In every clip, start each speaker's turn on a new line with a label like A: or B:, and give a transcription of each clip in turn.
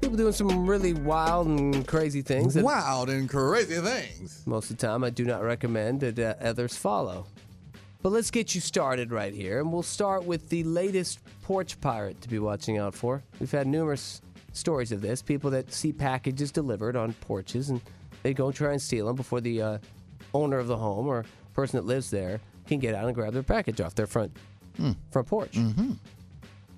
A: people doing some really wild and crazy things. that
B: Wild and crazy things.
A: Most of the time, I do not recommend that uh, others follow. But let's get you started right here, and we'll start with the latest porch pirate to be watching out for. We've had numerous stories of this people that see packages delivered on porches and they go and try and steal them before the uh, owner of the home or person that lives there can get out and grab their package off their front front porch.
B: Mm-hmm.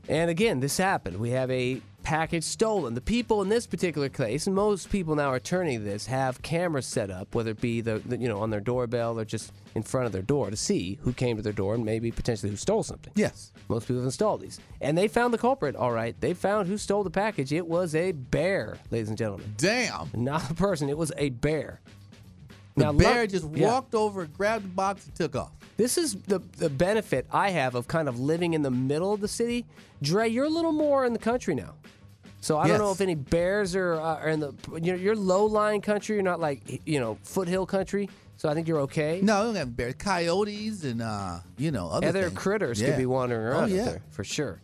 A: And again, this happened. We have a package stolen. The people in this particular case, and most people now are turning to this, have cameras set up, whether it be the, the you know on their doorbell or just in front of their door to see who came to their door and maybe potentially who stole something.
B: Yes.
A: Most people have installed these, and they found the culprit. All right, they found who stole the package. It was a bear, ladies and gentlemen,
B: Damn.
A: not a person. It was a bear.
B: The
A: Now,
B: bear
A: luck-
B: just
A: yeah.
B: walked over, grabbed the box, and took off.
A: This is the, the benefit I have of kind of living in the middle of the city. Dre, you're a little more in the country now. So I don't know
B: Yes.
A: if any bears are, uh, are in the you know, you're low lying country. You're not like you know foothill country. So I think you're okay.
B: No, we don't have bears. Coyotes and uh, you know other,
A: other
B: things.
A: critters
B: Yeah.
A: could be wandering
B: Oh
A: around out
B: yeah.
A: there for sure.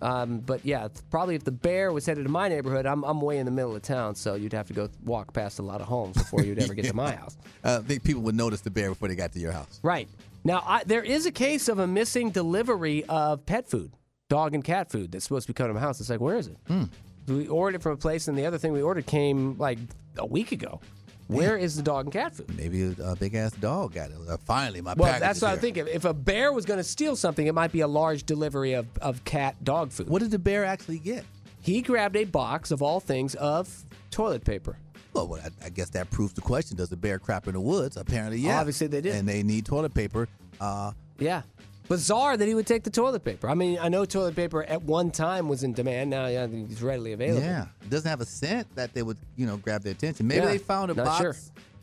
A: Um, but yeah, th- probably if the bear was headed to my neighborhood, I'm, I'm way in the middle of town, so you'd have to go th- walk past a lot of homes before you'd ever get to my house.
B: Uh, I think people would notice the bear before they got to your house.
A: Right. Now, I, there is a case of a missing delivery of pet food, dog and cat food that's supposed to be coming to my house. It's like, where is it?
B: Hmm.
A: We ordered it from a place, and the other thing we ordered came like a week ago. Where is the dog and cat food?
B: Maybe a, a big ass dog got it. Uh, finally, my
A: Well,
B: package
A: that's
B: is
A: what
B: here.
A: I'm thinking. If a bear was going to steal something, it might be a large delivery of, of cat dog food.
B: What did the bear actually get?
A: He grabbed a box of all things of toilet paper.
B: Well, well I, I guess that proves the question. Does the bear crap in the woods? Apparently, yeah.
A: Obviously, they did.
B: And they need toilet paper. Uh,
A: Yeah. Bizarre that he would take the toilet paper. I mean, I know toilet paper at one time was in demand. Now yeah, I think it's readily available.
B: yeah. It doesn't have a scent that they would, you know, grab their attention. Maybe
A: Yeah,
B: they found a
A: not
B: box
A: sure.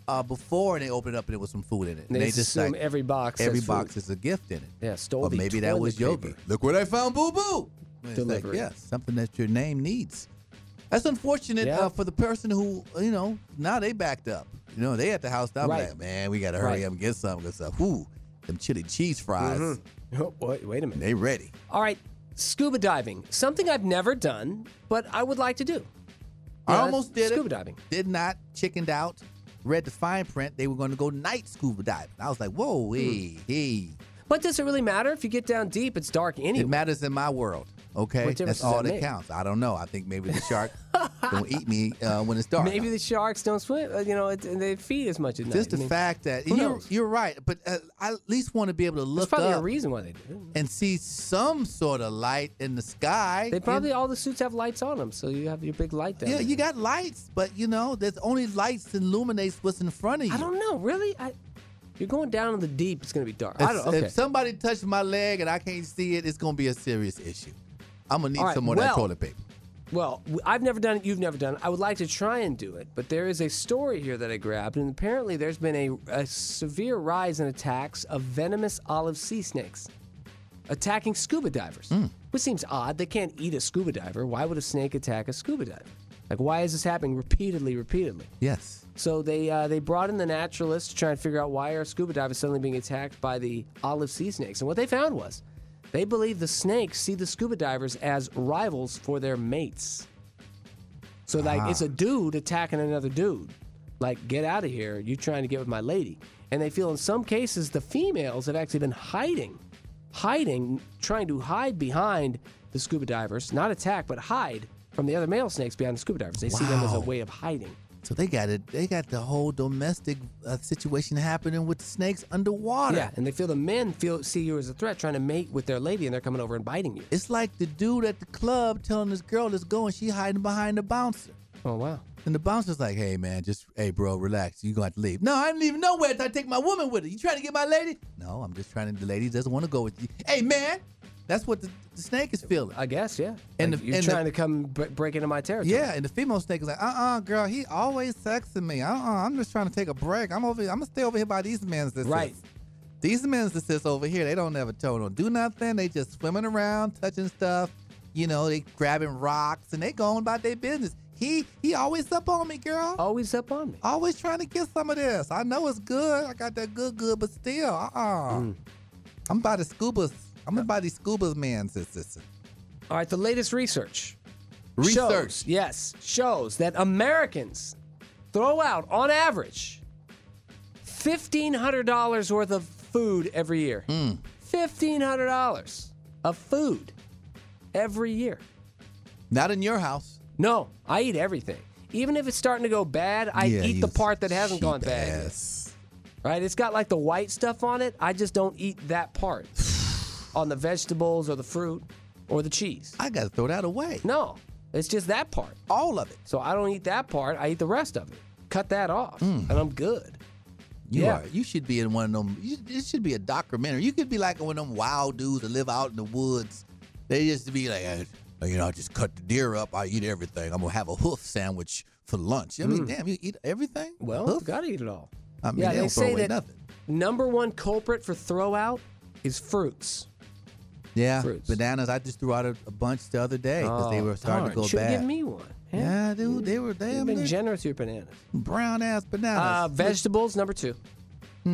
B: uh, before and they opened it up and there was some food in it.
A: They,
B: And
A: just assume
B: like,
A: every box.
B: every
A: has
B: box
A: food.
B: is a gift in it.
A: Yeah, stole
B: Or
A: the
B: maybe that
A: toilet
B: was
A: paper.
B: yogurt. Look what I found, boo boo. It's like,
A: Delivery.
B: yeah, something that your name needs. That's unfortunate
A: Yeah.
B: uh, for the person who, you know, now they backed up. You know, they at the house. now I'm
A: Right.
B: like, man, we got to hurry
A: Right.
B: up and get something. Cause, uh, whew, them chili cheese fries,
A: Oh, wait, wait a minute.
B: they ready.
A: All right, scuba diving. Something I've never done, but I would like to do.
B: I
A: Yeah,
B: almost did
A: scuba
B: it.
A: diving.
B: Did not. Chickened out. Read the fine print. They were going to go night scuba diving. I was like, whoa,
A: Hmm.
B: hey, hey.
A: But does it really matter if you get down deep? It's dark
B: It
A: anyway.
B: matters in my world. Okay,
A: What difference
B: that's
A: does
B: all
A: that
B: that,
A: make?
B: counts. I don't know. I think maybe the shark don't eat me uh, when it's dark.
A: Maybe the sharks don't swim. uh, You know, it, and they feed as much at night.
B: just the
A: I mean,
B: fact that
A: who
B: you're,
A: knows?
B: you're right, but uh, I at least want to be able to
A: There's
B: look
A: probably a
B: up
A: reason why they do. it.
B: and see some sort of light in the sky.
A: They
B: And-
A: probably all the suits have lights on them, so you have your big light down.
B: yeah,
A: there.
B: you got lights, but you know, there's only lights that illuminates what's in front of you.
A: I don't know, really. I, you're going down in the deep. It's gonna be dark.
B: If,
A: I don't. Okay.
B: if somebody touched my leg and I can't see it, it's gonna be a serious issue. I'm gonna need
A: All right,
B: some more of that
A: well-
B: toilet paper.
A: Well, w- I've never done it. You've never done it. I would like to try and do it, but there is a story here that I grabbed, and apparently there's been a, a severe rise in attacks of venomous olive sea snakes attacking scuba divers, which seems odd. They can't eat a scuba diver. Why would a snake attack a scuba diver? Like, why is this happening repeatedly, repeatedly?
B: Yes.
A: So they uh, they brought in the naturalist to try and figure out why are scuba divers suddenly being attacked by the olive sea snakes. And what they found was they believe the snakes see the scuba divers as rivals for their mates. So like it's a dude attacking another dude. Like get out of here, you trying to get with my lady. And they feel in some cases the females have actually been hiding, hiding, trying to hide behind the scuba divers, not attack but hide from the other male snakes behind the scuba divers. They see them as a
B: Wow.
A: way of hiding.
B: So they got it. They got the whole domestic uh, situation happening with the snakes underwater.
A: Yeah, and they feel the men feel see you as a threat, trying to mate with their lady, and they're coming over and biting you.
B: It's like the dude at the club telling this girl let's go, and she hiding behind the bouncer.
A: Oh wow!
B: And the bouncer's like, "Hey man, just hey bro, relax. You gonna have to leave. No, I didn't even know where to take my woman with her. You trying to get my lady? No, I'm just trying to. The lady doesn't want to go with you. Hey man, that's what the, the snake is feeling.
A: I guess yeah.
B: And
A: Like,
B: the-
A: you're
B: and the-
A: trying to come b- break into my territory.
B: Yeah, and the female snake is like, uh uh girl, he always sexing me. Uh uh-uh, uh, i am just trying to take a break. I'm over I'm gonna stay over here by these men's that
A: Right.
B: sits. These men's that sits over here, they don't ever toe, don't do nothing. They just swimming around, touching stuff, you know, they grabbing rocks and they going about their business. He he always up on me, girl.
A: always up on me.
B: Always trying to get some of this. I know it's good. I got that good good, but still, uh uh-uh. uh.
A: Mm.
B: I'm by the scubas. I'm about these scubas, man, sis. sis.
A: All right, the latest research
B: Research.
A: shows, yes, shows that Americans throw out on average $1500 worth of food every year.
B: Hmm.
A: $1500 of food every year.
B: Not in your house.
A: No, I eat everything. Even if it's starting to go bad, I
B: Yeah,
A: eat
B: you
A: the part that hasn't gone
B: cheap
A: bad. yet.
B: ass.
A: Right? It's got like the white stuff on it. I just don't eat that part on the vegetables or the fruit or the cheese.
B: I gotta throw that away.
A: No, it's just that part.
B: All of it.
A: So I don't eat that part. I eat the rest of it. Cut that off,
B: Hmm.
A: and I'm good.
B: You
A: Yeah.
B: are. You should be in one of them. You, it should be a documentary. You could be like one of them wild dudes that live out in the woods. They just be like, eh, you know, I just cut the deer up. I eat everything. I'm gonna have a hoof sandwich for lunch. I mean, damn, you eat everything. A
A: Mm. Well,
B: hoof?
A: gotta eat it all.
B: I mean,
A: yeah,
B: they,
A: they
B: don't throw
A: say
B: away
A: that-
B: nothing.
A: Number one culprit for throwout is fruits.
B: Yeah,
A: fruits.
B: bananas. I just threw out a, a bunch the other day because they
A: Oh,
B: were starting
A: darn.
B: to go
A: Should've
B: bad.
A: given me one. Yeah,
B: yeah, dude, they were damn
A: You've been
B: near
A: generous with your bananas.
B: brown ass
A: Uh,
B: bananas.
A: vegetables, number two.
B: Hmm.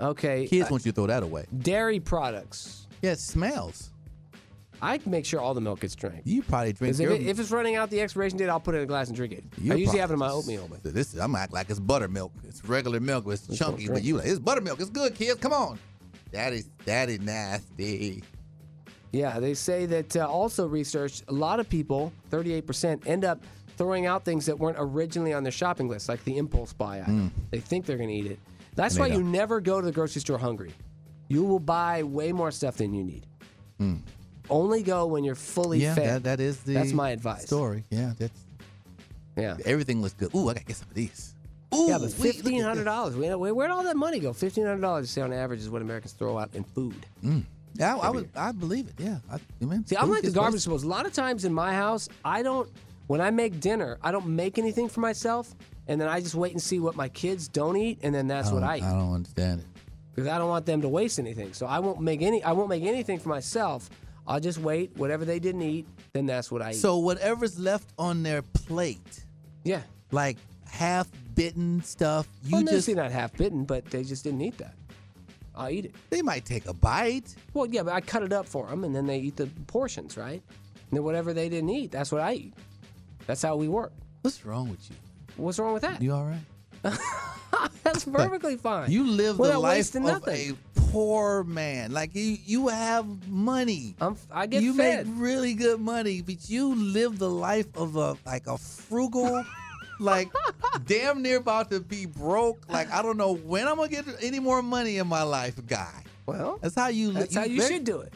A: Okay. uh,
B: Kids want you to throw that away.
A: Dairy products.
B: Yeah, it smells.
A: I make sure all the milk gets drank.
B: You probably drink
A: Because if,
B: your
A: it, if it's running out the expiration date, I'll put it in a glass and drink it.
B: You
A: I usually
B: probably
A: have it in my
B: just-
A: oatmeal. But
B: This is, I'm gonna act like it's buttermilk. It's regular milk, but it's chunky. But you like it's buttermilk. It's good, kids. Come on. That is that is nasty.
A: yeah, they say that uh, also research a lot of people, 38%, end up throwing out things that weren't originally on their shopping list, like the impulse buy item.
B: Hmm.
A: They think they're going to eat it. That's
B: And
A: why
B: they
A: you
B: don't.
A: never go to the grocery store hungry. You will buy way more stuff than you need. Only go when you're fully
B: Hmm. yeah,
A: fed.
B: that, that is the
A: That's my advice.
B: Story. Yeah, that's
A: yeah.
B: everything looks good. Ooh, I gotta get some of these. Ooh,
A: Yeah, but
B: wait, look at
A: fifteen hundred dollars. Where'd all that money go? Fifteen hundred dollars, say on average, is what Americans throw out in food.
B: this. Yeah, I, I would. I believe it. Yeah. I, I mean,
A: See, I'm
B: food
A: like the
B: gets
A: garbage
B: wasted.
A: disposal. A lot of times in my house, I don't. When I make dinner, I don't make anything for myself, and then I just wait and see what my kids don't eat, and then that's
B: I
A: what
B: don't,
A: I
B: I
A: eat
B: don't understand it.
A: because I don't want them to waste anything. So I won't make any. I won't make anything for myself. I'll just wait. Whatever they didn't eat, then that's what I eat.
B: So whatever's left on their plate,
A: yeah,
B: like half bitten stuff, you
A: well, they're
B: just
A: usually not half bitten, but they just didn't eat that. I'll eat it.
B: they might take a bite.
A: Well, yeah, but I cut it up for them, and then they eat the portions, right? And then whatever they didn't eat, that's what I eat. That's how we work.
B: What's wrong with you?
A: What's wrong with that?
B: You all right?
A: that's perfectly fine.
B: You live
A: We're
B: the
A: not
B: life
A: wasting
B: of
A: nothing.
B: a poor man. Like you, you have money.
A: I'm, I Um, get
B: you
A: fed.
B: make really good money, but you live the life of a like a frugal, like damn near about to be broke. Like I don't know when I'm gonna get any more money in my life, guy.
A: well,
B: That's how you. li-
A: that's how you
B: very-
A: should do it.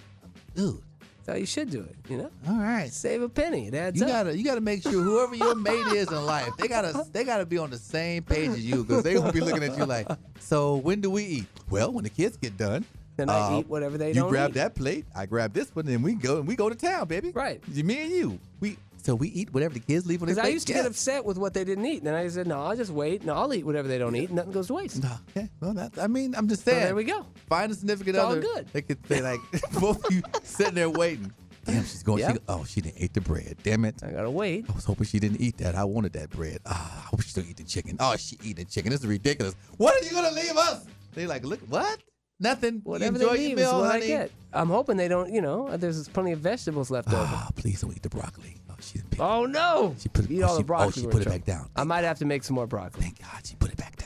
B: dude.
A: That's how you should do it. You know,
B: All right,
A: save a penny. It adds
B: you
A: up.
B: gotta you gotta make sure whoever your mate is in life, they gotta they gotta be on the same page as you because they will be looking at you like, so when do we eat? Well, when the kids get done,
A: Then I
B: uh,
A: eat whatever they
B: You
A: don't
B: grab
A: eat.
B: that plate, I grab this one, and we go and we go to town, baby.
A: Right.
B: You- Me and you, we so we eat whatever the kids leave on the
A: Because
B: plate.
A: I used to get
B: Yeah.
A: upset with what they didn't eat, and then I said, "No, I'll just wait, and I'll eat whatever they don't eat, and nothing goes to waste."
B: No, yeah, well, that, I mean, I'm just
A: So
B: saying.
A: there we go.
B: Find a significant
A: It's all
B: other.
A: good.
B: They could say like both of you sitting there waiting. Damn, she's going.
A: Yeah.
B: She, go- oh, she didn't eat the bread. Damn it.
A: I gotta wait.
B: I was hoping she didn't eat that. I wanted that bread. Ah, I hope she still eat the chicken. Oh, she eating chicken. This is ridiculous. What are you gonna leave us? They like, look, what? Nothing.
A: Whatever
B: Enjoy
A: they
B: your
A: leave
B: meal,
A: is what
B: honey.
A: I get. I'm hoping they don't. You know, there's plenty of vegetables left over.
B: Ah, please don't eat the broccoli. Oh, she didn't pick.
A: Oh no!
B: She put it-
A: Eat
B: oh,
A: all
B: she-
A: the broccoli.
B: oh, she
A: we're
B: put
A: in
B: it back
A: trouble.
B: down.
A: I might have to make some more broccoli.
B: Thank God she put it back